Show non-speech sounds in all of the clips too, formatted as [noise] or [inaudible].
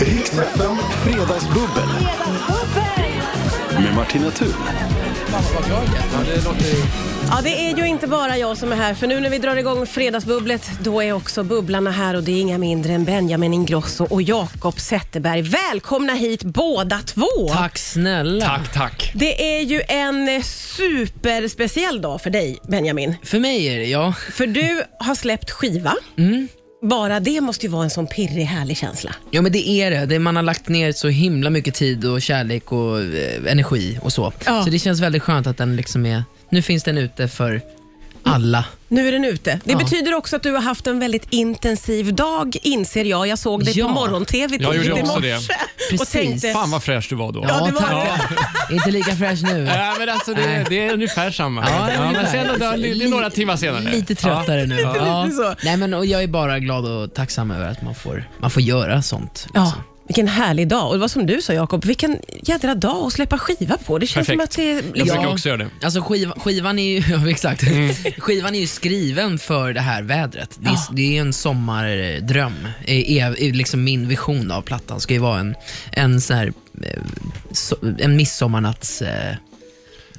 Riksfem Fredagsbubbel med Martina Thun. Ja, det är ju inte bara jag som är här, för nu när vi drar igång Fredagsbubblet, då är också bubblarna här och det är inga mindre än Benjamin Ingrosso och Jakob Zetterberg. Välkomna hit båda två! Tack snälla. Tack, tack. Det är ju en eh, superspeciell dag för dig, Benjamin. För mig är det, ja. För du har släppt skiva. Mm. Bara det måste ju vara en sån pirrig, härlig känsla. Ja men det är det. det. Man har lagt ner så himla mycket tid och kärlek och eh, energi och så. Ja. Så det känns väldigt skönt att den liksom är, nu finns den ute för alla. Nu är den ute. Det Ja. betyder också att du har haft en väldigt intensiv dag, inser jag. Jag såg dig Ja. på morgon-tv Jag gjorde tidigt i också morse och Precis. tänkte... Fan vad fräsch du var då. Ja, det var [laughs] Inte lika fräsch nu. Ja, men alltså det, Nej. det är ungefär samma. Ja, men ungefär. sen, det är li- li- några timmar senare. Lite tröttare nu. [laughs] Ja. lite så. Nej, men, och jag är bara glad och tacksam över att man får, man får göra sånt. Ja, liksom. Alltså. vilken härlig dag. Och det var som du sa Jakob, vilken jädra dag att släppa skiva på. Det känns Perfekt. som att det är... Jag Liksom, brukar också göra det. Alltså skiva, skivan, är ju, [laughs] ja, exakt. Mm. skivan är ju skriven för det här vädret. Det är, Ah. det är en sommardröm. Är, är, är liksom min vision av plattan ska ju vara en, en, sån här, eh, so, en midsommarnatts... Eh,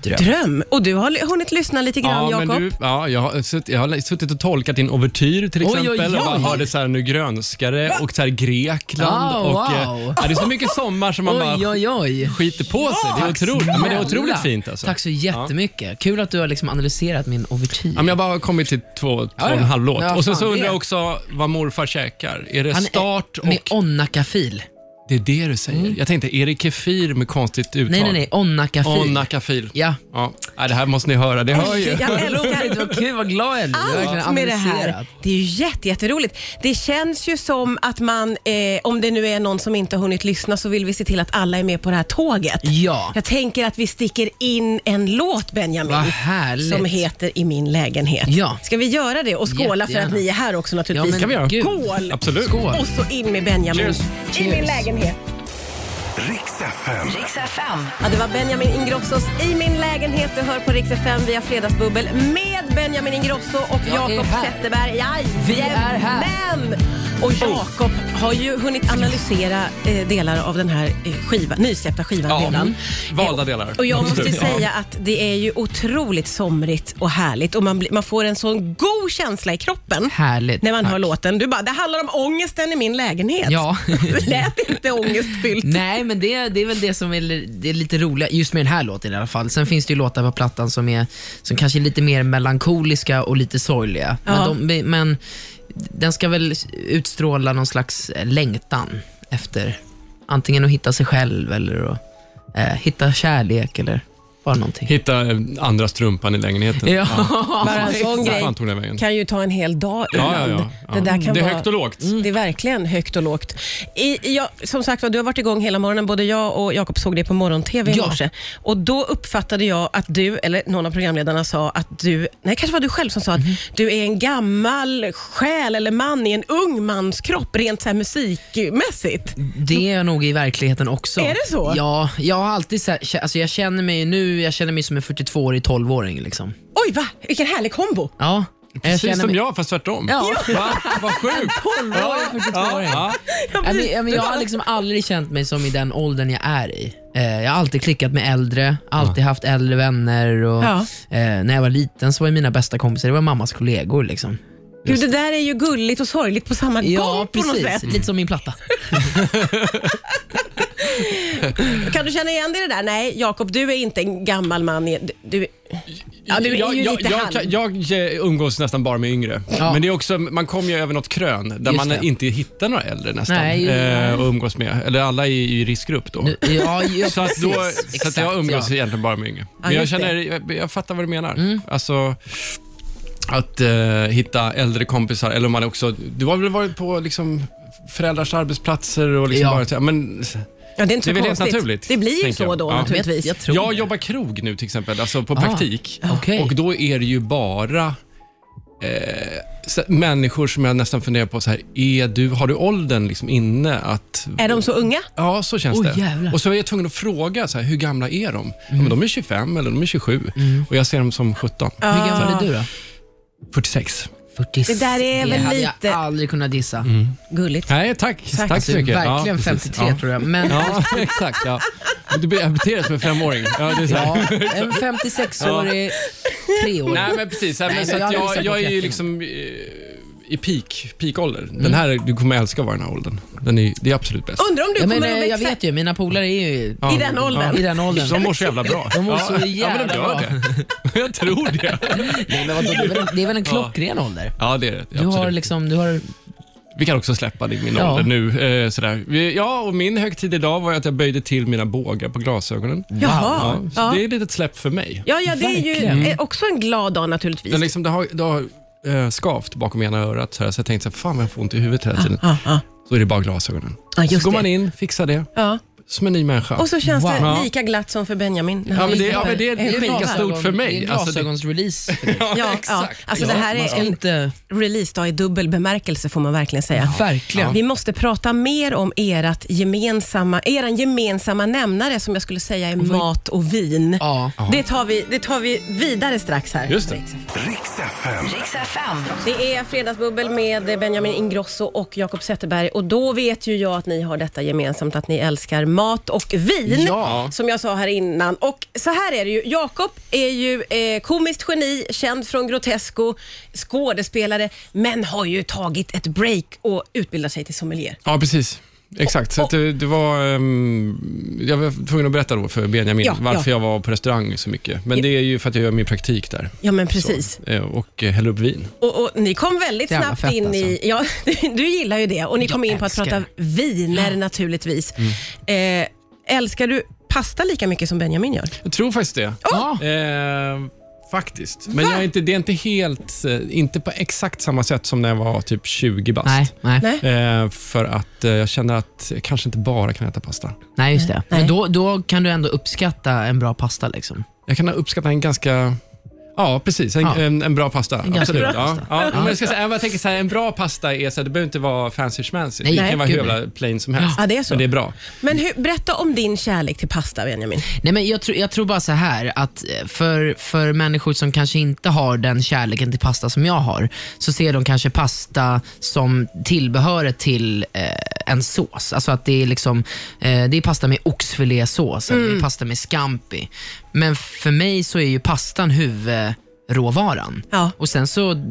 Dröm. Och du har li- hunnit lyssna lite grann Ja, men Jakob. du, ja, jag, har sutt, jag har suttit och tolkat din ouvertyr till Oj, oj, exempel. Och bara oj. hörde så här, nu grönskare och så här Grekland. Ah, och, eh, wow. ja, det är så mycket sommar som man Oj, bara oj, oj. skiter på sig. Det är otroligt, ja, men det är Snälla. otroligt fint. Alltså. Tack så jättemycket. Kul att du har liksom analyserat min ouvertyr. Ja, men jag har bara kommit till två, två och en ja. halv låt. Ja, och sen fan, så undrar det- jag också vad morfar käkar. Är det Han är- start och... Med onnakafil. Det är det du säger. Jag tänkte, är det kefir med konstigt uttal? Nej, nej, nej. Onnakafil. Onnakafil. Ja. Ja, nej, det här måste ni höra. Det hör ju. [laughs] Jag Roligt, älskar vad kul, vad glad [laughs] jag blir. allt Verkligen med det här. analyserat. Det är ju jätte, jätteroligt. Det känns ju som att man, eh, om det nu är någon som inte har hunnit lyssna, så vill vi se till att alla är med på det här tåget. Ja. Jag tänker att vi sticker in en låt Benjamin. Vad härligt. Som heter I min lägenhet. Ja. Ska vi göra det och skåla för att Jättegärna. ni är här också naturligtvis. kan vi göra. gud. Skål! Absolut. Skål. Och så in med Benjamin. Cheers. I min Cheers. lägenhet. Riksfem. Ja, det var Benjamin Ingrossos I min lägenhet. Du hör på Rix FM via Fredagsbubbel med Benjamin Ingrosso och Jag är Jakob här. Zetterberg. Jajamän. Vi är här. Men! Och Jakob har ju hunnit analysera eh, delar av den här eh, skiva, nysläppta skivan Ja, redan. mm. valda Eh, delar. Och jag måste ju Absolut, [laughs] ja. säga att det är ju otroligt somrigt och härligt och man, blir- man får en sån god känsla i kroppen. Härligt. När man Tack. hör låten. Du bara, det handlar om ångesten i min lägenhet. Ja. [laughs] det lät inte ångestfyllt. Nej, men det, det är väl det som är, li- det är lite roligt, just med den här låten i alla fall. Sen finns det ju låtar på plattan som, är, som kanske är lite mer melankoliska och lite sorgliga. Ja. Men, de, men den ska väl utstråla någon slags eh, längtan efter antingen att hitta sig själv eller att eh, hitta kärlek eller bara någonting. Hitta eh, andra strumpan i lägenheten. Ja. Bara en sån Vad grej fan tog den vägen? kan ju ta en hel dag Ja, ibland. ja, ja. Det, där Mm. kan Det är vara, högt och lågt. Mm. Det är verkligen högt och lågt. I, ja, som sagt var, du har varit igång hela morgonen. Både jag och Jakob såg det på morgon-tv i Ja. morse. Och då uppfattade jag att du, eller någon av programledarna sa att du, nej kanske var du själv som sa Mhm. att du är en gammal själ eller man i en ung mans kropp rent så här musikmässigt. Det är jag nog i verkligheten också. Är det så? Ja, jag har alltid så här, alltså jag känner mig nu, jag känner mig som en 42-årig 12-åring liksom. Oj, va? Vilken härlig kombo. Ja. Precis känner som mig- jag, fast tvärtom. Ja. [laughs] Va? Vad sjukt. Tolvåring, Ja, 42-åring. ja. Ja, men, ja, men jag har liksom aldrig känt mig som i den åldern jag är i. Eh, Jag har alltid klickat med äldre, alltid haft äldre vänner. Och, Ja. eh, när jag var liten så var ju mina bästa kompisar det var mammas kollegor. Liksom. Gud, det där är ju gulligt och sorgligt på samma gång på något sätt. Lite som min platta. Kan du känna igen dig i det där? Nej, Jakob, du är inte en gammal man. i- Du, ja, du är jag, ju jag, lite han. jag, kan- jag eh, umgås nästan bara med yngre. Ja. Men det är också, man kommer ju över något krön där Just man det. inte hittar några äldre nästan Nej, ju- eh, att umgås med. Eller alla är ju i riskgrupp då. Ja, ja, Så, att då, precis. så att Exakt, jag umgås ja. Mm. egentligen bara med yngre. Men just jag, känner, jag, jag fattar vad du menar. Alltså, att eh, hitta äldre kompisar, eller om man också... Du har väl varit på liksom, föräldrars arbetsplatser och liksom Ja. bara, så här, men, ja, det är inte så det är väl helt konstigt. naturligt, det blir ju tänker så jag. då Ja. naturligtvis. Jag tror Jag det. jobbar krog nu till exempel, alltså på Ah, praktik. okej. Och då är det ju bara eh, så- människor som jag nästan funderar på, så här, är du, har du åldern liksom inne att Är de så unga? Ja, så känns Oj, det. jävlar. Mm. Och så är jag tvungen att fråga, så här, hur gamla är de? Ja, men de är 25 eller de är 27 och jag ser dem som 17. Hur gammal är du då? 46. Det 46. där är väl hade lite- jag aldrig kunnat dissa. Gulligt. Nej, tack. Mm. Tack, Alltså, så mycket. Ja, verkligen precis. 53 ja. tror jag. Men ja. Ja, [laughs] exakt. Ja. Du be- jag beter dig som en femåring. Ja, det är så här. en 56-årig treåring. Nej, men precis. Nej, Nej, men så men att jag jag, lyssnar på jag är Klätting. ju liksom eh, i peak, peak-ålder. Mm. Den här, du kommer älska att vara i den här åldern. Den är, det är absolut bäst. Undrar om du Ja, men, kommer eh, jag att växa vet ju, mina polare är ju Ja. i den åldern. i den åldern. De mår så jävla bra. De mår ja. så ja, men jävla de gör bra. Det. [laughs] Jag tror det. [laughs] Nej, men vadå, det, är väl, det är väl en klockren ålder? Ja, det är det. Du absolut. har liksom, du har... Vi kan också släppa det i min Ja. ålder nu. Eh, sådär. Vi, ja, och min högtid idag var ju att jag böjde till mina bågar på glasögonen. Jaha. så Ja, Det är ja. ett litet släpp för mig. ja, det är ju Verkligen. eh, också en glad dag naturligtvis. Den liksom, det har, det har eh, skavt bakom ena örat, sådär, så jag tänkte så här, fan vad jag får ont i huvudet hela tiden. Ja, ja. Så är det bara glasögonen. Ah. Ja, Så just går man det. in, fixar det, Ja. som en ny människa. [laughs] Och så känns det Wow. lika glatt som för Benjamin. när Ja, han men det- gick ja, på men det är- en det är lika skidbana. stort för mig. Det är en Alltså, det- glasögonsrelease för dig. [laughs] Ja, ja. Alltså, det här Man är ska en inte... releasedag i dubbel bemärkelse får man verkligen säga. Verkligen. Vi måste prata mer om erat gemensamma, eran gemensamma nämnare som jag skulle säga är mat och vin. Ja. Det tar, vi, det tar vi vidare strax här. Just det. Riks FM. Riks FM. Det är Fredagsbubbel med Benjamin Ingrosso och Jakob Zetterberg och då vet ju jag att ni har detta gemensamt att ni älskar mat och vin. Ja. Som jag sa här innan. Och så här är det ju, Jakob är ju eh, komiskt geni, känd från Grotesco, skådespelare, men har ju tagit ett break och utbildat sig till sommelier. Ja, precis. Exakt, så att det, det var, ehm, jag var tvungen att berätta då för Benjamin Ja, varför ja. jag var på restaurang så mycket. Men det är ju för att jag gör min praktik där Ja men precis. eh, och eh, häller upp vin. Och, och ni kom väldigt Jävla snabbt fett, alltså. in i... Ja, [laughs] du gillar ju det. Och ni Jag kom in på att älskar Mm. prata viner naturligtvis. Eh, älskar du pasta lika mycket som Benjamin gör? Jag tror faktiskt det. Ja. Eh, faktiskt. Men jag är inte, det är inte helt, eh, inte på exakt samma sätt som när jag var typ 20 bast. Nej, nej, Nej. Eh, för att eh, jag känner att jag kanske inte bara kan äta pasta. nej, just det. Nej. Men då, då kan du ändå uppskatta en bra pasta. Liksom. Jag kan uppskatta en ganska Ja, precis. En, Ja. en, en bra pasta. ganska Absolut. bra ja. pasta. Ja. Men jag, ska säga, jag tänker så här, en bra pasta är så här, det behöver inte vara fancy schmancy. Nej, Det kan vara hur gud, nej. jävla plain som helst. Ja, det är så. Men det är bra. Men hur, berätta om din kärlek till pasta Benjamin. Nej, men jag, tror, jag tror bara så här att eh, för, för människor som kanske inte har den kärleken till pasta som jag har, så ser de kanske pasta som tillbehöret till eh, en sås. Alltså att det är, liksom, eh, det är pasta med oxfilésås eller det är pasta med scampi. Men för mig så är ju pastan huvudråvaran. Ja. Och sen så,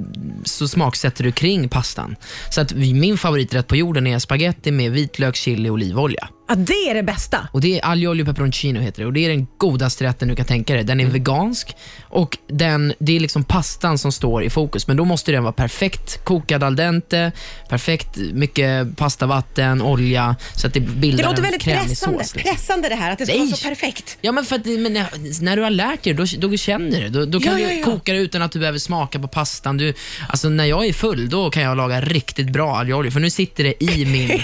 så smaksätter du kring pastan. Så att min favoriträtt på jorden är spaghetti med vitlök, chili och olivolja. Ja, det är det bästa. Och det är aglio olio peperoncino heter det och det är den godaste rätten du kan tänka dig. Mm. Den är vegansk och den, det är liksom pastan som står i fokus. Men då måste den vara perfekt kokad al dente, perfekt mycket pastavatten, olja så att det Det bildar låter en väldigt krämig pressande, sås. Liksom. pressande det här att det ska Nej. vara så perfekt. Ja, men för att, men eh, när, när du har lärt dig det, då, då känner du det. Då, då kan Ja, ja, du ja. koka det utan att du behöver smaka på pastan. Du, alltså, när jag är full, då kan jag laga riktigt bra aglio olio, för nu sitter det i [laughs] min...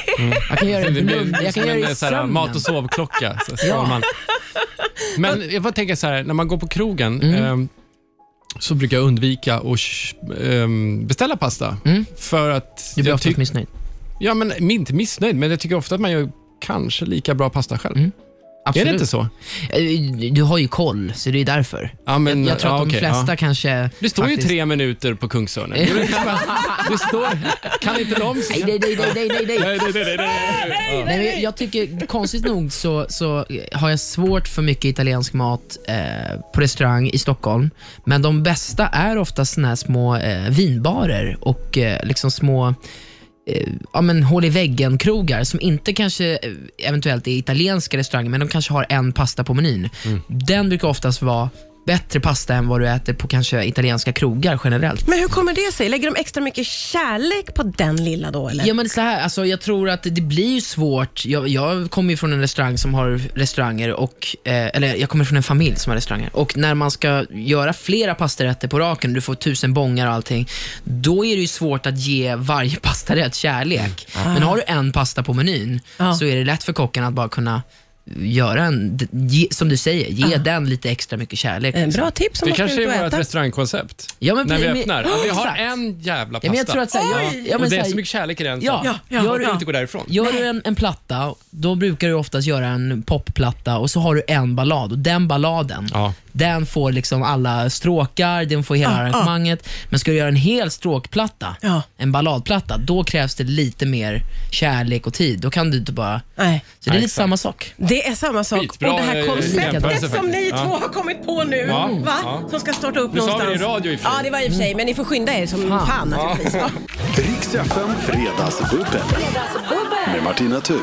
Jag kan göra det, i mun- jag kan som göra det i en så här, mat sömnen. och sovklocka. Så ska man. Men jag bara tänker så här, när man går på krogen Mm. ehm, så brukar jag undvika att sh- ehm, beställa pasta. Mm. För att Du blir jag oftast tycker... missnöjd. Ja, men min- inte missnöjd, men jag tycker ofta att man gör kanske lika bra pasta själv. Är Mm. Absolut. det inte så? Eh, Du har ju koll, så det är därför. Ja, men, Jag tror att ja, de okej, flesta ja. kanske... Det står faktiskt- ju tre minuter [laughs] på Kungsörnen. Det är väl klart. Det står... Kan inte de... Nej, nej, nej, nej, nej, nej, nej. Nej, nej, nej, nej, nej. Ja. Nej, men jag- jag tycker konstigt nog så, så har jag svårt för mycket italiensk mat eh, på restaurang i Stockholm. Men de bästa är ofta såna här små eh, vinbarer och eh, liksom små eh, ja, men hål i väggen-krogar som inte kanske eh, eventuellt är italienska restauranger, men de kanske har en pasta på menyn. Den brukar oftast vara bättre pasta än vad du äter på kanske italienska krogar generellt. Men hur kommer det sig? Lägger de extra mycket kärlek på den lilla då eller? Ja, men så här, alltså, jag tror att det blir ju svårt. Jag, jag kommer ju från en restaurang som har restauranger och, eh, eller jag kommer från en familj som har restauranger. Och när man ska göra flera pastarätter på raken, du får tusen bångar och allting, då är det ju svårt att ge varje [laughs] pastarätt kärlek. Men har du en pasta på menyn Mm. Ah. Ja. så är det lätt för kocken att bara kunna göra en, d- ge, som du säger, ge den lite extra mycket kärlek. Ah. Eh, liksom. Bra tips om Det man ska kanske ut och är vårt äta. restaurangkoncept. Ja, men när vi precis, men- öppnar. [gasps] Att vi har Exakt. en jävla pasta. Ja, men jag tror att så här, jag- ja, men och det så är här- så mycket kärlek i den. Ja, så ja, att ja, man vill ja. inte gå därifrån. Gör du en, en platta, då brukar du oftast göra en popplatta och så har du en ballad och den balladen Ja. Den får liksom alla stråkar, den får hela Ja, ja. arrangemanget. Men ska du göra en hel stråkplatta, Ja. en balladplatta, då krävs det lite mer kärlek och tid. Då kan du inte bara... Nej. Så det är lite Nej, exakt. samma sak. Det är samma sak. Skitbra, och det här eh, jämförelse konceptet faktiskt. som ni Ja. två har kommit på nu, Ja, va? ja. Som ska starta upp Nu sa vi det i någonstans. radio i och för sig. Ja, det var i och för sig, men ni får skynda er som fan, Fan. naturligtvis. Ja. Riks FM Fredagsbubbel. Med Martina Thun.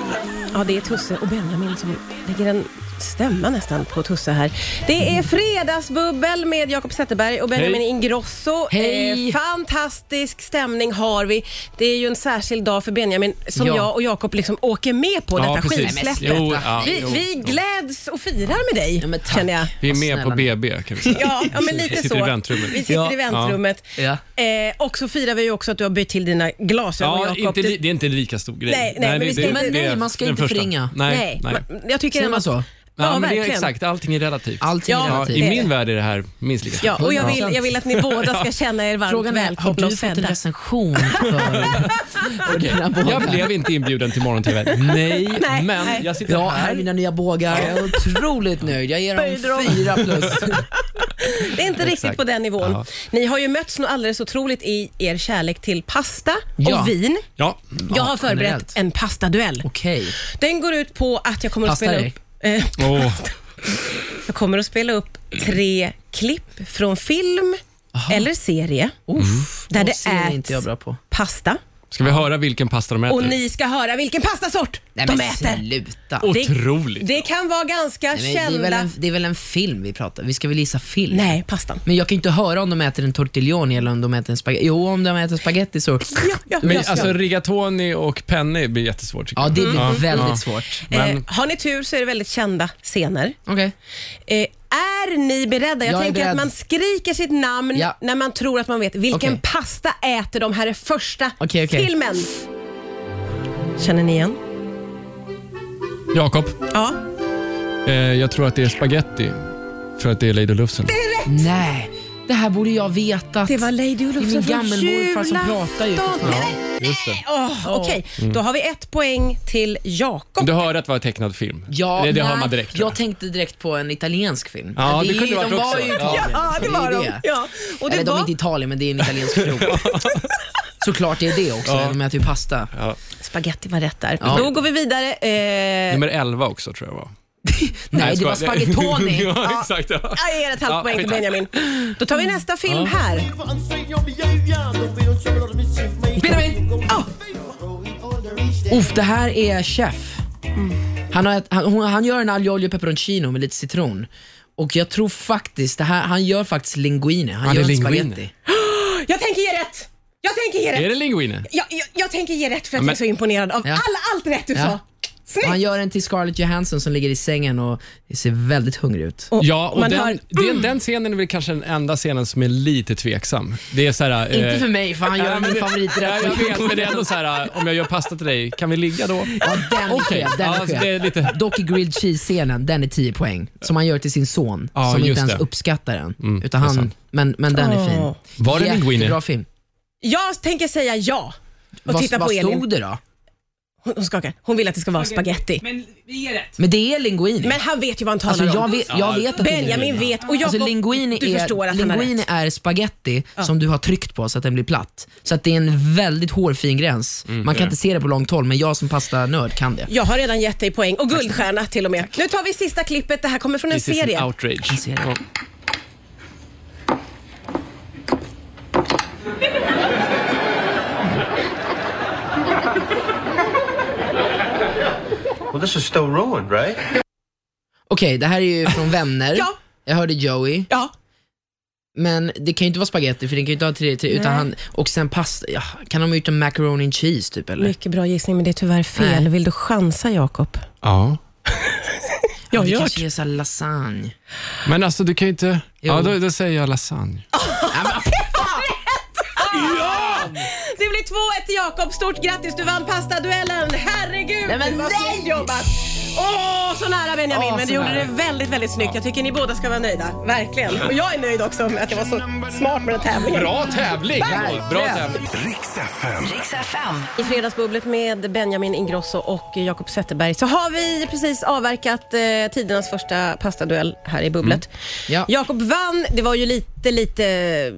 ja, det är Tusse och Benjamin som lägger en stämma nästan på Tusse här. Det är Fredagsbubbel med Jakob Zetterberg och Benjamin Mm. Hej. Ingrosso. Eh, Hej. fantastisk stämning har vi. Det är ju en särskild dag för Benjamin som Ja. jag och Jakob liksom åker med på, detta skivsläppet. Jo, ja, Vi, jo. vi gläds och firar med dig, Ja, men tack. känner jag. Vi är Vad med snälla på ni. BB kan vi säga. Ja, ja men Vi lite sitter så. i väntrummet. Vi sitter Ja. i väntrummet. Ja. Eh, och så firar vi ju också att du har bytt till dina glasögon, Ja, Jakob. inte, Det- li- det är inte en lika stor grej. Nej, nej, men vi ska det- inte- det- Nej, det är man ska den inte första. förringa. Nej, nej. man- Jag tycker Säger ändå man att- så? Ja, Ja, men det är verkligen. exakt. Allting är relativt. Allting Ja, är ja, relativt. det I är min det. värld är det här minst lika Ja, och jag vill, 100%. jag vill att ni båda ska känna er varmt Frågan är, har välkomna och du fått en sedda. recension för, för dina bågar? Jag blev inte inbjuden till morgon-tv. Nej, Nej, men nej. jag sitter Ja, här är här. mina nya bågar. Jag är otroligt nöjd. Jag ger Böjde dem dem. fyra plus. Det är inte riktigt Exakt. på den nivån. Ja. Ni har ju mötts något alldeles otroligt i er kärlek till pasta Ja. och vin. Ja, Jag har förberett generellt. en pastaduell. Okej. Den går ut på att jag kommer att Pasta spela dig. upp eh, Åh, Jag kommer att spela upp tre klipp från film eller serie, Mm. Uff, Där och det ser äts. inte jag bra på. pasta. ska vi höra vilken pasta de äter? Och ni ska höra vilken pastasort Nej, de men äter. sluta. Otroligt. Det kan vara ganska Nej, men det, är kända... väl en, det är väl en film vi pratar Vi ska väl gissa film? Nej, pastan. Men jag kan ju inte höra om de äter en tortiglioni eller om de äter en spagetti. Jo, om de äter spagetti så... [laughs] Ja, ja, Men ja, alltså ja. rigatoni och penne blir jättesvårt tycker Ja, det jag. blir väldigt ja. svårt. Mm. eh, Men har ni tur så är det väldigt kända scener. Okej. Eh, är ni beredda? Jag, Jag är tänker att beredd. man skriker sitt namn Ja. när man tror att man vet vilken Okej. pasta äter de. Här är första Okej, okej. filmen. Känner ni igen? Jakob, Ja. eh, jag tror att det är spaghetti för att det är Lady Lufsen. Nej, det här borde jag vetat. Det var Lady Det är Olofsson min från gammelmorfar som pratar ju, för julafton. fan. Mm. Nej, men- Just det. Åh, Okej, då har vi ett poäng till Jakob. Du hörde att det var tecknad film? Ja, det det nej, hör man direkt. tror Jag tänkte direkt på en italiensk film. Ja, Men det kunde är- varit de var också. ju i Ja. Italien. Ja, det var är de. Ja. Och det Eller de är var inte i Italien, men det är en [laughs] italiensk krog. Såklart det är det också. Ja. De äter ju pasta. Spaghetti var rätt där. Ja. Då går vi vidare. Eh, Nummer 11 också tror jag var. Nej, det var jag skojar. [laughs] spagettoni. ja, exakt. Ja. jag ger ett halvt Ja, poäng till skit. Benjamin. Då tar vi nästa film här. Benjamin! Uff, det här är chef. Mm. Han, har ett, han, hon, han gör en aglio olio peperoncino med lite citron. Och jag tror faktiskt, det här, han gör faktiskt linguine. Han, Han gör är inte linguine. spagetti. Jag tänker ge rätt! Jag tänker ge rätt! Är det linguine? Jag, jag, jag tänker ge rätt för att Men- jag är så imponerad av Ja. alla, allt rätt du Ja. sa. Och han Snyggt! gör en till Scarlett Johansson som ligger i sängen och ser väldigt hungrig ut. Och- Ja, och man den, hör- den, den scenen är väl kanske den enda scenen som är lite tveksam. Det är så här, eh, Inte för mig, för han gör min [laughs] Nej, jag favoriträtt. vet, men det är ändå så här, eh, om jag gör pasta till dig, kan vi ligga då? Ja, alltså, den är Okej, skev. Den ja, alltså, är det skev. är lite... Dock i grilled cheese-scenen, den är 10 poäng. Som han gör till sin son, Ja, som just inte ens det. uppskattar den. Mm, utan det är han, sant. men, men den är fin. Åh. Var det linguine? Jättebra film. Jag tänker säga ja. Och Vad, titta på vad Elin. stod det då? Hon, hon skakar. Hon vill att det ska vara spagetti. Men vi ger rätt. Men det är linguine. Men han vet ju vad han talar alltså, om. jag vet, jag vet att det är Benjamin linguine. vet och jag Alltså, linguine du förstår är, att han har linguine rätt. är spaghetti som du har tryckt på så att den blir platt. Så att det är en väldigt hårfin gräns. Mm, Man kan inte se det på långt håll, men jag som pastanörd kan det. Jag har redan gett dig poäng och guldstjärna till och med. Nu tar vi sista klippet. Det här kommer från en This is serie. an outrage. En serie. Ja. Well, this is still ruined, right? Okej, det här är ju [laughs] från Vänner. Ja. Jag hörde Joey. Ja, Men det kan ju inte vara spaghetti för den kan ju inte ha tre, tre utan Nej. han, och sen pasta, ja, kan de ha gjort en macaroni and cheese typ eller? mycket bra gissning men det är tyvärr fel. Nej. Vill du chansa Jakob? Ja. Jag det gör kanske är såhär lasagne. Men alltså du kan ju inte... Jo. Ja, då, då säger jag lasagne. Det blir 2-1 till Jakob. Stort grattis, du vann pastaduellen. Herregud, Nej, men vad nej! snyggt jobbat. Åh, så nära Benjamin, Åh, men du så gjorde nära. det väldigt, väldigt snyggt. Jag tycker ni båda ska vara nöjda. Verkligen. Och jag är nöjd också med att jag var så smart med den här tävlingen. Bra tävling! Bra tävling. Riks FM. Riks FM. I Fredagsbubblet med Benjamin Ingrosso och Jakob Zetterberg så har vi precis avverkat eh, tidernas första pastaduell här i bubblet. Mm. Ja. Jakob vann. Det var ju lite, lite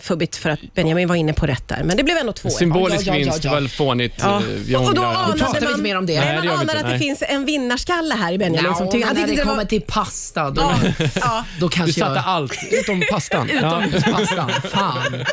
fubbigt för att Benjamin var inne på rätt där, men det blev ändå två. Symbolisk Ja, ja, ja, vinst, ja. väl fånigt. eh, vi Och då ångrar. pratar anade vi man, inte mer om det. Nej, Nej, man det gör vi anade inte. att det Nej. finns en vinnarskalle här i Benjamin. Ja, som tycker, men han när tyckte det det kommer var... till pasta, då, Ja, [laughs] ja. då Du kanske satte jag... allt [laughs] utom pastan. Ja. Pastan, [laughs] fan.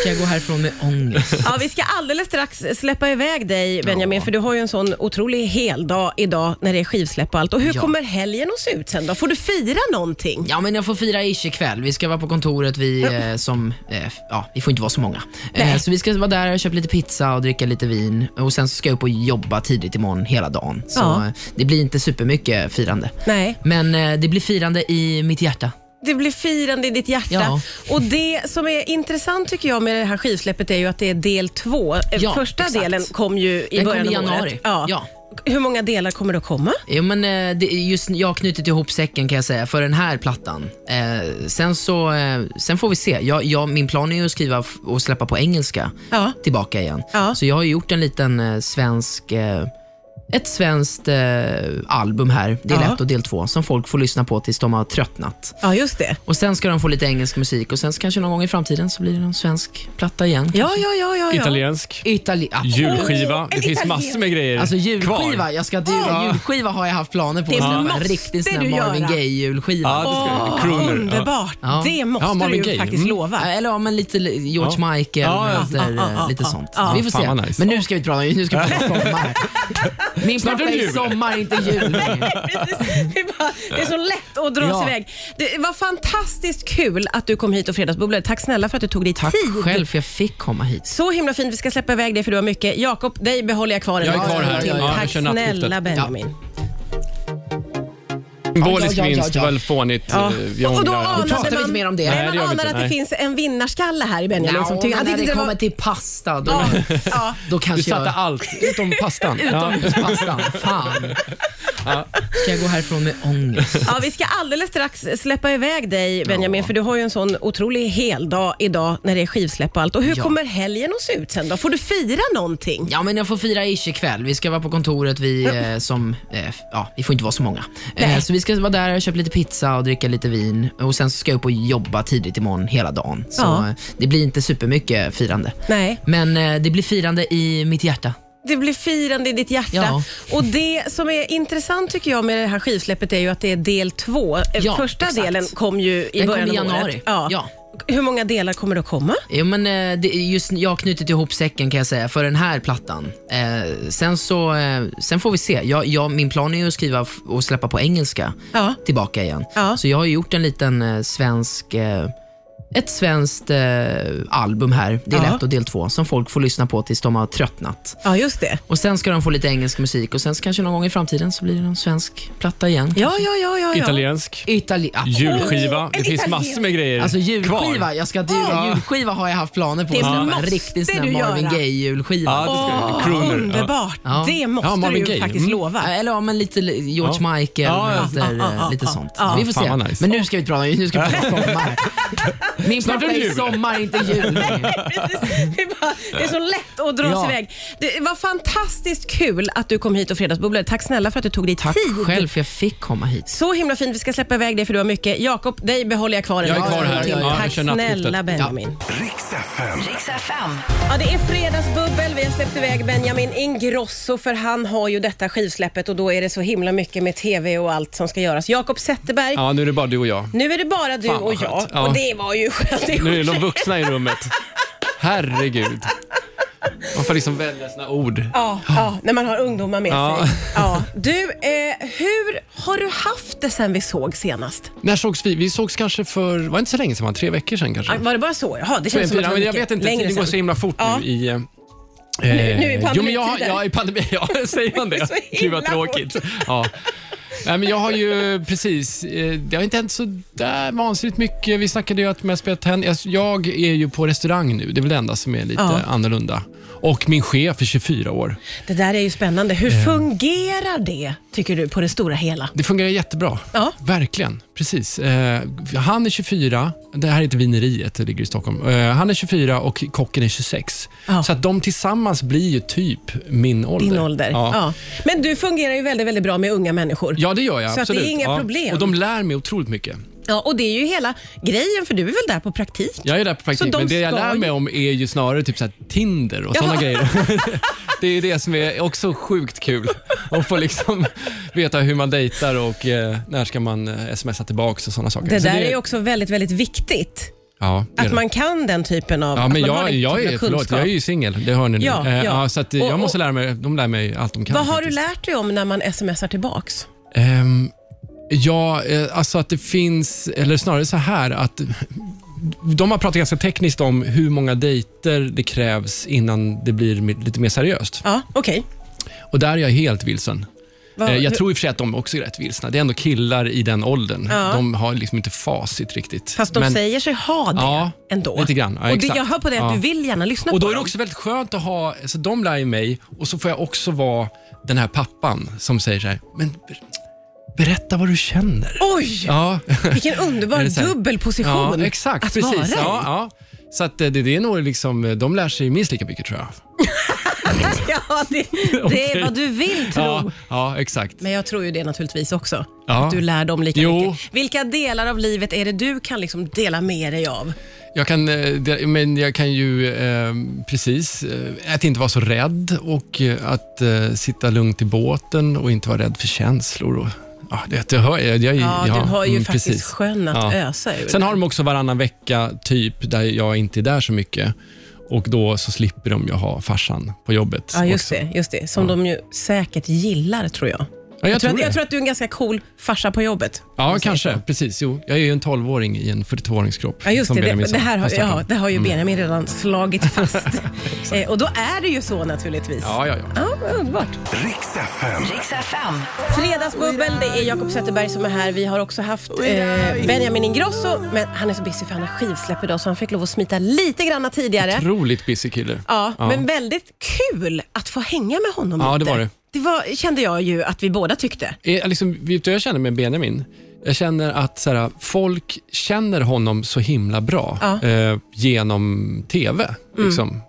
Ska jag gå härifrån med ångest? Ja, vi ska alldeles strax släppa iväg dig Benjamin, för du har ju en sån otrolig heldag idag när det är skivsläpp och allt. Och hur Ja. kommer helgen att se ut sen då? Får du fira någonting? Ja men jag får fira ish ikväll. Vi ska vara på kontoret, vi eh, som, eh, ja vi får inte vara så många. Eh, så vi ska vara där, köpa lite pizza och dricka lite vin. Och sen så ska jag upp och jobba tidigt imorgon hela dagen. Så Ja. eh, det blir inte supermycket firande. Nej. Men eh, det blir firande i mitt hjärta. Det blir firande i ditt hjärta. Ja. Och Det som är intressant tycker jag med det här skivsläppet är ju att det är del två. Eh, Ja, Första exakt. delen kom ju i Den början kom i av januari. året. Ja. Ja. Hur många delar kommer det att komma? Jo, men, eh, det, är just, jag har knutit ihop säcken kan jag säga för den här plattan. Eh, sen, så, eh, sen får vi se. Jag, jag, min plan är ju att skriva f- och släppa på engelska Ja. tillbaka igen. Ja. Så jag har ju gjort en liten eh, svensk eh, ett svenskt eh, album här, del Ja. 1 och del 2, som folk får lyssna på tills de har tröttnat. Ja, just det. Och Sen ska de få lite engelsk musik och sen så kanske någon gång i framtiden så blir det någon svensk platta igen. Ja, ja, ja. ja, ja. Italiensk. Itali- ah, Julskiva. Åh, det finns italiensk. massor med grejer Alltså kvar. julskiva, jag ska till, julskiva har jag haft planer på. Det att släppa. En måste riktigt du snäll göra. Marvin Gaye-julskiva. Ja, det ska Åh, jag. Crooner. underbart. Det Ja, måste du Marvin ju Gaye. faktiskt Mm. lova. Ja, Eller ja, men lite li- George Ja. Michael, Ja, ja. Eller, Ah, ah, ah, lite ah, sånt. ah. Vi får Fan, se. vad nice. Men nu ska vi inte prata, nu ska vi prata sommar. Min Snart platta är det är jul. sommar, inte [laughs] jul. Precis. [laughs] Det är bara- det är så lätt att dra sig Ja. iväg. Det var fantastiskt kul att du kom hit och fredagsbubblade. Tack snälla för att du tog dig Tack tid. själv för jag fick komma hit. Så himla fint. Vi ska släppa iväg dig för du har mycket. Jakob, dig behåller jag kvar. en Jag är liten kvar här. stund till. Ja, jag Tack kör nattskiftet. snälla Benjamin. Symbolisk Ja, ja, ja, vinst, ja. väl fånigt. eh, Vi Och då ångrar. pratar anade vi man, inte mer om det. Nej, Nej, man det gör vi anade inte. att det Nej. finns en vinnarskalle här i Benjamin. som Ja, tycker, men han när tyckte Liksom, det det kommer var... till pasta, då, Ja, ja. då Du kanske satte jag... allt utom pastan. Ja. Pastan, fan. Ska jag gå härifrån med ångest? Ja, vi ska alldeles strax släppa iväg dig Benjamin, för du har ju en sån otrolig heldag idag när det är skivsläpp och allt. Och hur Ja. kommer helgen att se ut sen då? Får du fira någonting? Ja, men jag får fira ish ikväll. Vi ska vara på kontoret, vi eh, som, eh, ja, vi får inte vara så många. Eh, Nej. så vi ska vara där, köpa lite pizza och dricka lite vin. Och sen så ska jag upp och jobba tidigt imorgon hela dagen. Så Ja. eh, det blir inte supermycket firande. Nej. Men eh, det blir firande i mitt hjärta. Det blir firande i ditt hjärta. Ja. Och Det som är intressant tycker jag med det här skivsläppet är ju att det är del två. Eh, Ja, Första exakt. delen kom ju i Den kom början i av januari. året. Ja. Ja. Hur många delar kommer det att komma? Jo, men, eh, det, är just, jag har knutit ihop säcken kan jag säga för den här plattan. Eh, sen, så, eh, sen får vi se. Jag, jag, min plan är ju att skriva f- och släppa på engelska Ja. tillbaka igen. Ja. Så jag har ju gjort en liten eh, svensk eh, ett svenskt eh, album här, del Ja. 1 och del 2, som folk får lyssna på tills de har tröttnat. Ja, just det. Och Sen ska de få lite engelsk musik och sen så kanske någon gång i framtiden så blir det någon svensk platta igen. Ja, ja, ja. ja, ja. Italiensk. Itali- ah, Julskiva. Åh, det en finns italien- massor med grejer Alltså kvar. julskiva, jag ska till, julskiva har jag haft planer på. Det att släppa en måste riktig sån du här Marvin göra. Gaye-julskiva. Ja, det ska jag. Crooner. Ja. Underbart. Det Ja, måste du Marvin ju Gaye. faktiskt Mm. lova. Eller ja, men lite li- George Ja. Michael, Ja, ja. lite, Ah, ah, ah, lite ah, sånt. ah. Vi får Fan, se. vad nice. Men nu ska vi prata, nu ska vi prata [laughs] sommar. Min Snart är platta det är jul. sommar, inte jul. [laughs] Precis. Det är, bara, det är så lätt att dra Ja. sig iväg. Det var fantastiskt kul att du kom hit och fredagsbubblade. Tack snälla för att du tog dig Tack tid. själv för jag fick komma hit. Så himla fint. Vi ska släppa iväg dig för du har mycket. Jakob, dig behåller jag kvar en Jag är liten kvar stund här. till. Ja, jag Tack kör nattskiftet. snälla Benjamin. Riks FM. Riks FM. Ja, det är fredagsbubbel. Vi har släppt iväg Benjamin Ingrosso för han har ju detta skivsläppet och då är det så himla mycket med TV och allt som ska göras. Jakob Zetterberg, Ja, nu är det bara du och jag. nu är det bara du Fan, vad och jag skönt. Ja. och det var ju skönt. Det är Nu är det de skönt. vuxna i rummet. Herregud. Man får liksom välja sina ord. Ja, ja, när man har ungdomar med Ja. sig. Ja. Du, eh, hur har du haft det sen vi såg senast? När sågs vi? Vi sågs kanske för, var det inte så länge sedan, va? tre veckor sedan kanske? Ah, Var det bara så? Jaha, det känns som att Ja, det var men jag mycket vet inte, längre tiden går sedan. så himla fort Ja. nu i... eh, nu i eh, Jo, men jag, har- pandemitider. ja, i pandemi, [laughs] ja, säger man det? Så Gud vad himla fort. tråkigt. Ja. Nej, men jag har ju eh, precis, eh, det har inte hänt så där vansinnigt mycket. Vi snackade ju att mest spelat tennis. Jag är ju på restaurang nu, det är väl det enda som är lite Ja. annorlunda. Och min chef är 24 år. Det där är ju spännande. Hur Eh. fungerar det, tycker du, på det stora hela? Det fungerar jättebra. Ja. Verkligen. Precis. Eh, han är 24. Det här är inte Vineriet, det ligger i Stockholm. Eh, han är 24 och kocken är 26. Ja. Så att de tillsammans blir ju typ min ålder. Din ålder. Ja. Men du fungerar ju väldigt, väldigt bra med unga människor. Ja, det gör jag. Så att det är absolut. inga ja. problem. Och de lär mig otroligt mycket. Ja, och det är ju hela grejen, för du är väl där på praktik? Jag är där på Så praktik, de men det jag ska lär mig ju- om är ju snarare typ så här Tinder [laughs] och sådana grejer. [laughs] det är ju det som är också sjukt kul. Att få liksom veta hur man dejtar och eh, när ska man eh, smsa tillbaka och sådana saker. Det Så där är ju också väldigt, väldigt viktigt. ja, det är Att det. man kan den typen av... Ja, att men man Alltså, har jag, den jag, typen är, av förlåt, kunskap. jag är ju singel, det hör ni nu. Ja, Eh, ja. så att eh, Och- jag måste och- lära mig, de lär mig allt de kan. Vad har du faktiskt. lärt dig om när man smsar tillbaks? Ehm, ja, eh, alltså att det finns, eller snarare så här att de har pratat ganska tekniskt om hur många dejter det krävs innan det blir mi- lite mer seriöst. Ja, okej. Och där är jag helt vilsen. Vad- Eh, Jag hur- tror i och för sig att de också är rätt vilsna. Det är ändå killar i den åldern. Ja. De har liksom inte facit riktigt. Fast de Men- säger sig ha det Ja, ändå. lite grann. Ja, och det, exakt. jag hör på dig att Ja. du vill gärna lyssna Och på då är det dem. också väldigt skönt att ha, så de lär ju mig och så får jag också vara den här pappan som säger så här, men ber- berätta vad du känner. Oj, Ja, vilken Är det underbar så här? dubbel position [laughs] ja exakt. att vara precis. i. Ja, ja. Så att eh, det, det är nog liksom, eh, de lär sig minst lika mycket tror jag. Ja, det, det är Okej. vad du vill tro. Ja, ja exakt. Men jag tror ju det naturligtvis också. Ja. Att du lär dem lika Jo. mycket. Vilka delar av livet är det du kan liksom dela med dig av? Jag kan, eh, det- men jag kan ju eh, precis, eh, att inte vara så rädd och eh, att eh, sitta lugnt i båten och inte vara rädd för känslor. Och, ja, det, det hör jag. jag, Ja, du har ju mm, faktiskt precis. skön att Ja. ösa ur. Sen har de också varannan vecka, typ, där jag inte är där så mycket. Och då så slipper de ju ha farsan på jobbet. Ja, just också. det, just det. Som de ju säkert gillar, tror jag. Ja, jag, Jag tror, tror att, det. jag tror att du är en ganska cool farsa på jobbet. Ja, kanske. Precis. Jo, jag är ju en 12-åring i en 42-årings kropp. Ja, just som det. Benjamin Det, sa. det, här har, Fast ja, tvärtom. det har ju Benjamin redan slagit [laughs] fast. [laughs] Eh, och då är det ju så naturligtvis. Ja, ja, ja. Ja, underbart. Riks FM. Riks FM. Fredagsbubbel, det är Jakob Zetterberg som är här. Vi har också haft eh, Benjamin Ingrosso, men han är så busy för han har skivsläpp idag så han fick lov att smita lite grann tidigare. Otroligt busy kille. Ja, men väldigt kul att få hänga med honom Ja, det lite. var det. Det var, kände jag ju att vi båda tyckte. är, liksom, vet du vad jag känner med Benjamin? Jag känner att så här, folk känner honom så himla bra Ja. Mm. eh, genom TV. Liksom.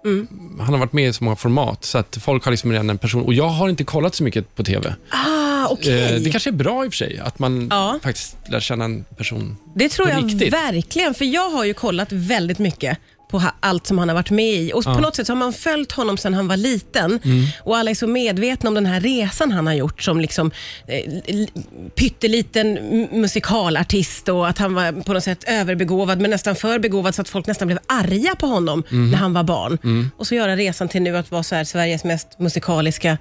Han har varit med i så många format, så att folk har liksom redan en person. Och jag har inte kollat så mycket på TV. Ah, okej. Eh, det det, kanske är bra i och för sig, att man Ja. faktiskt lär känna en person. tror på jag riktigt. verkligen, för jag har ju kollat väldigt mycket på ha- allt som han har varit med i. Och På något sätt så har man följt honom sedan han var liten Mm. och alla är så medvetna om den här resan han har gjort som liksom, eh, l- pytteliten m- musikalartist och att han var på något sätt överbegåvad, men nästan för begåvad så att folk nästan blev arga på honom Mm. när han var barn. Och så göra resan till nu att vara så här, Sveriges mest musikaliska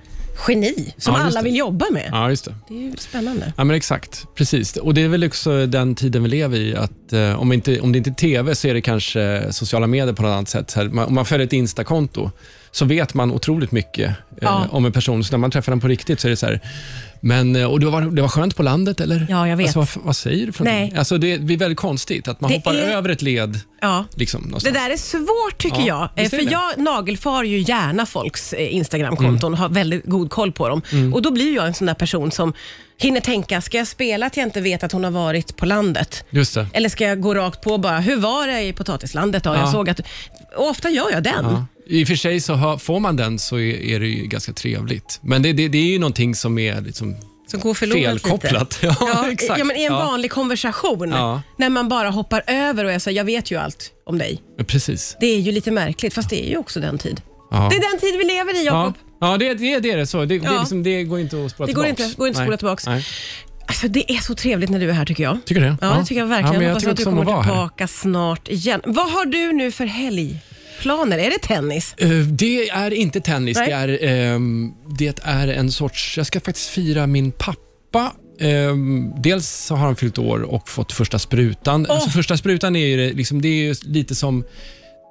geni som Ja, just alla det. vill jobba med. Ja, just det. Det är ju spännande. Ja, men exakt. Precis. Och Det är väl också den tiden vi lever i. att eh, Om, inte, om det inte är TV så är det kanske sociala medier på något annat sätt. Så här, man, om man följer ett Instakonto så vet man otroligt mycket eh, Ja. om en person. Så när man träffar den på riktigt så är det så här, men, eh, och det var, det var skönt på landet eller? Ja, jag vet. Alltså, vad, vad säger du? För Nej. någonting? Alltså, det blir väldigt konstigt att man Det hoppar är- över ett led. Ja. Liksom, Det någonstans. där är svårt tycker Ja, jag. Eh, visst är För det. Mm. jag nagelfar ju gärna folks eh, Instagramkonton och har väldigt god koll på dem. Och då blir jag en sån där person som hinner tänka, ska jag spela att jag inte vet att hon har varit på landet? Just det. Eller ska jag gå rakt på bara, hur var det i potatislandet då? Jag Ja. såg att... Och ofta gör jag den. Ja. I och för sig, så har, får man den så är, är det ju ganska trevligt. Men det, det, det är ju någonting som är liksom Som går förlorat felkopplat. [laughs] lite. Ja, Ja, exakt. ja, men i en Ja. vanlig konversation, Ja. när man bara hoppar över och jag säger, jag vet ju allt om dig. Ja, Precis. Det är ju lite märkligt, fast det är ju också den tid. Ja. Det är den tid vi lever i, Ja, Jakob. ja det, det, det är det. så. Det, det, Ja. är liksom, det går inte att spola Det går tillbaks. inte- går inte att spola Nej. tillbaks. Nej. Alltså, det är så trevligt när du är här tycker jag. Tycker du det? Ja, det tycker jag verkligen. men jag jag hoppas tycker att du också om att kommer vara här. tillbaka snart igen. Vad har du nu för helgplaner? Är det tennis? Eh, Det är inte tennis. Nej. Det är, ehm, det är en sorts... Jag ska faktiskt fira min pappa. Ehm, dels så har han fyllt år och fått första sprutan. Alltså första sprutan är ju, det- liksom, det är ju lite som,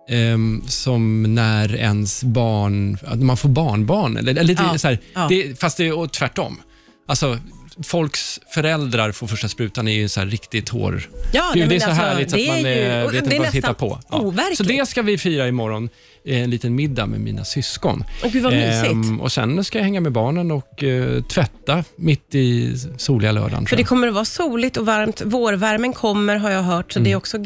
ehm, som när ens barn... Att man får barnbarn. Eller, eller lite Ja. Så här, Ja. det, fast det är och tvärtom. Alltså, folks föräldrar får första sprutan är ju så här riktigt hår... Ja, nej, Gud, det men är så alltså, härligt det att man är ju- eh, och vet det inte är vad man hittar nästan på. overkligt. Så det ska vi fira imorgon, eh, en liten middag med mina syskon. Ehm, Åh, gud, vad mysigt. och sen ska jag hänga med barnen och eh, tvätta mitt i soliga lördagen. För tror det jag. kommer att vara soligt och varmt. Vårvärmen kommer har jag hört, så det är också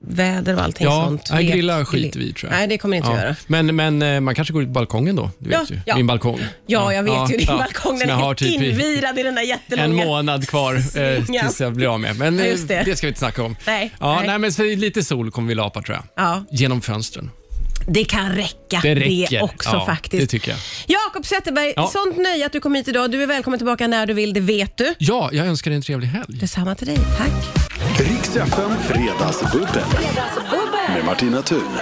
grillväder och allting Mm. Ja, sånt. nej, Lek- grilla skiter grill- vi i, tror jag. Nej, det kommer inte att Ja. göra. Men, men eh, man kanske går ut på balkongen då. Du Ja, vet ju. ja. Min balkong. Ja, jag vet ju. Din ja, balkong som den jag är har typ i- invirad i den där jättelånga... en månad kvar eh, [laughs] Ja. tills jag blir av med. Men Ja, eh, just det. det. ska vi inte snacka om. Nej, ja, nej. nej. men så lite sol kommer vi lapa tror jag. Ja. Genom fönstren. Det kan räcka Det räcker. också ja, faktiskt. Det tycker jag. Jakob Zetterberg, Ja. sånt nöje att du kom hit idag. Du är välkommen tillbaka när du vill, det vet du. Ja, jag önskar dig en trevlig helg. Detsamma till dig, tack. Riks FM Fredagsbubbel. Med Martina Thun.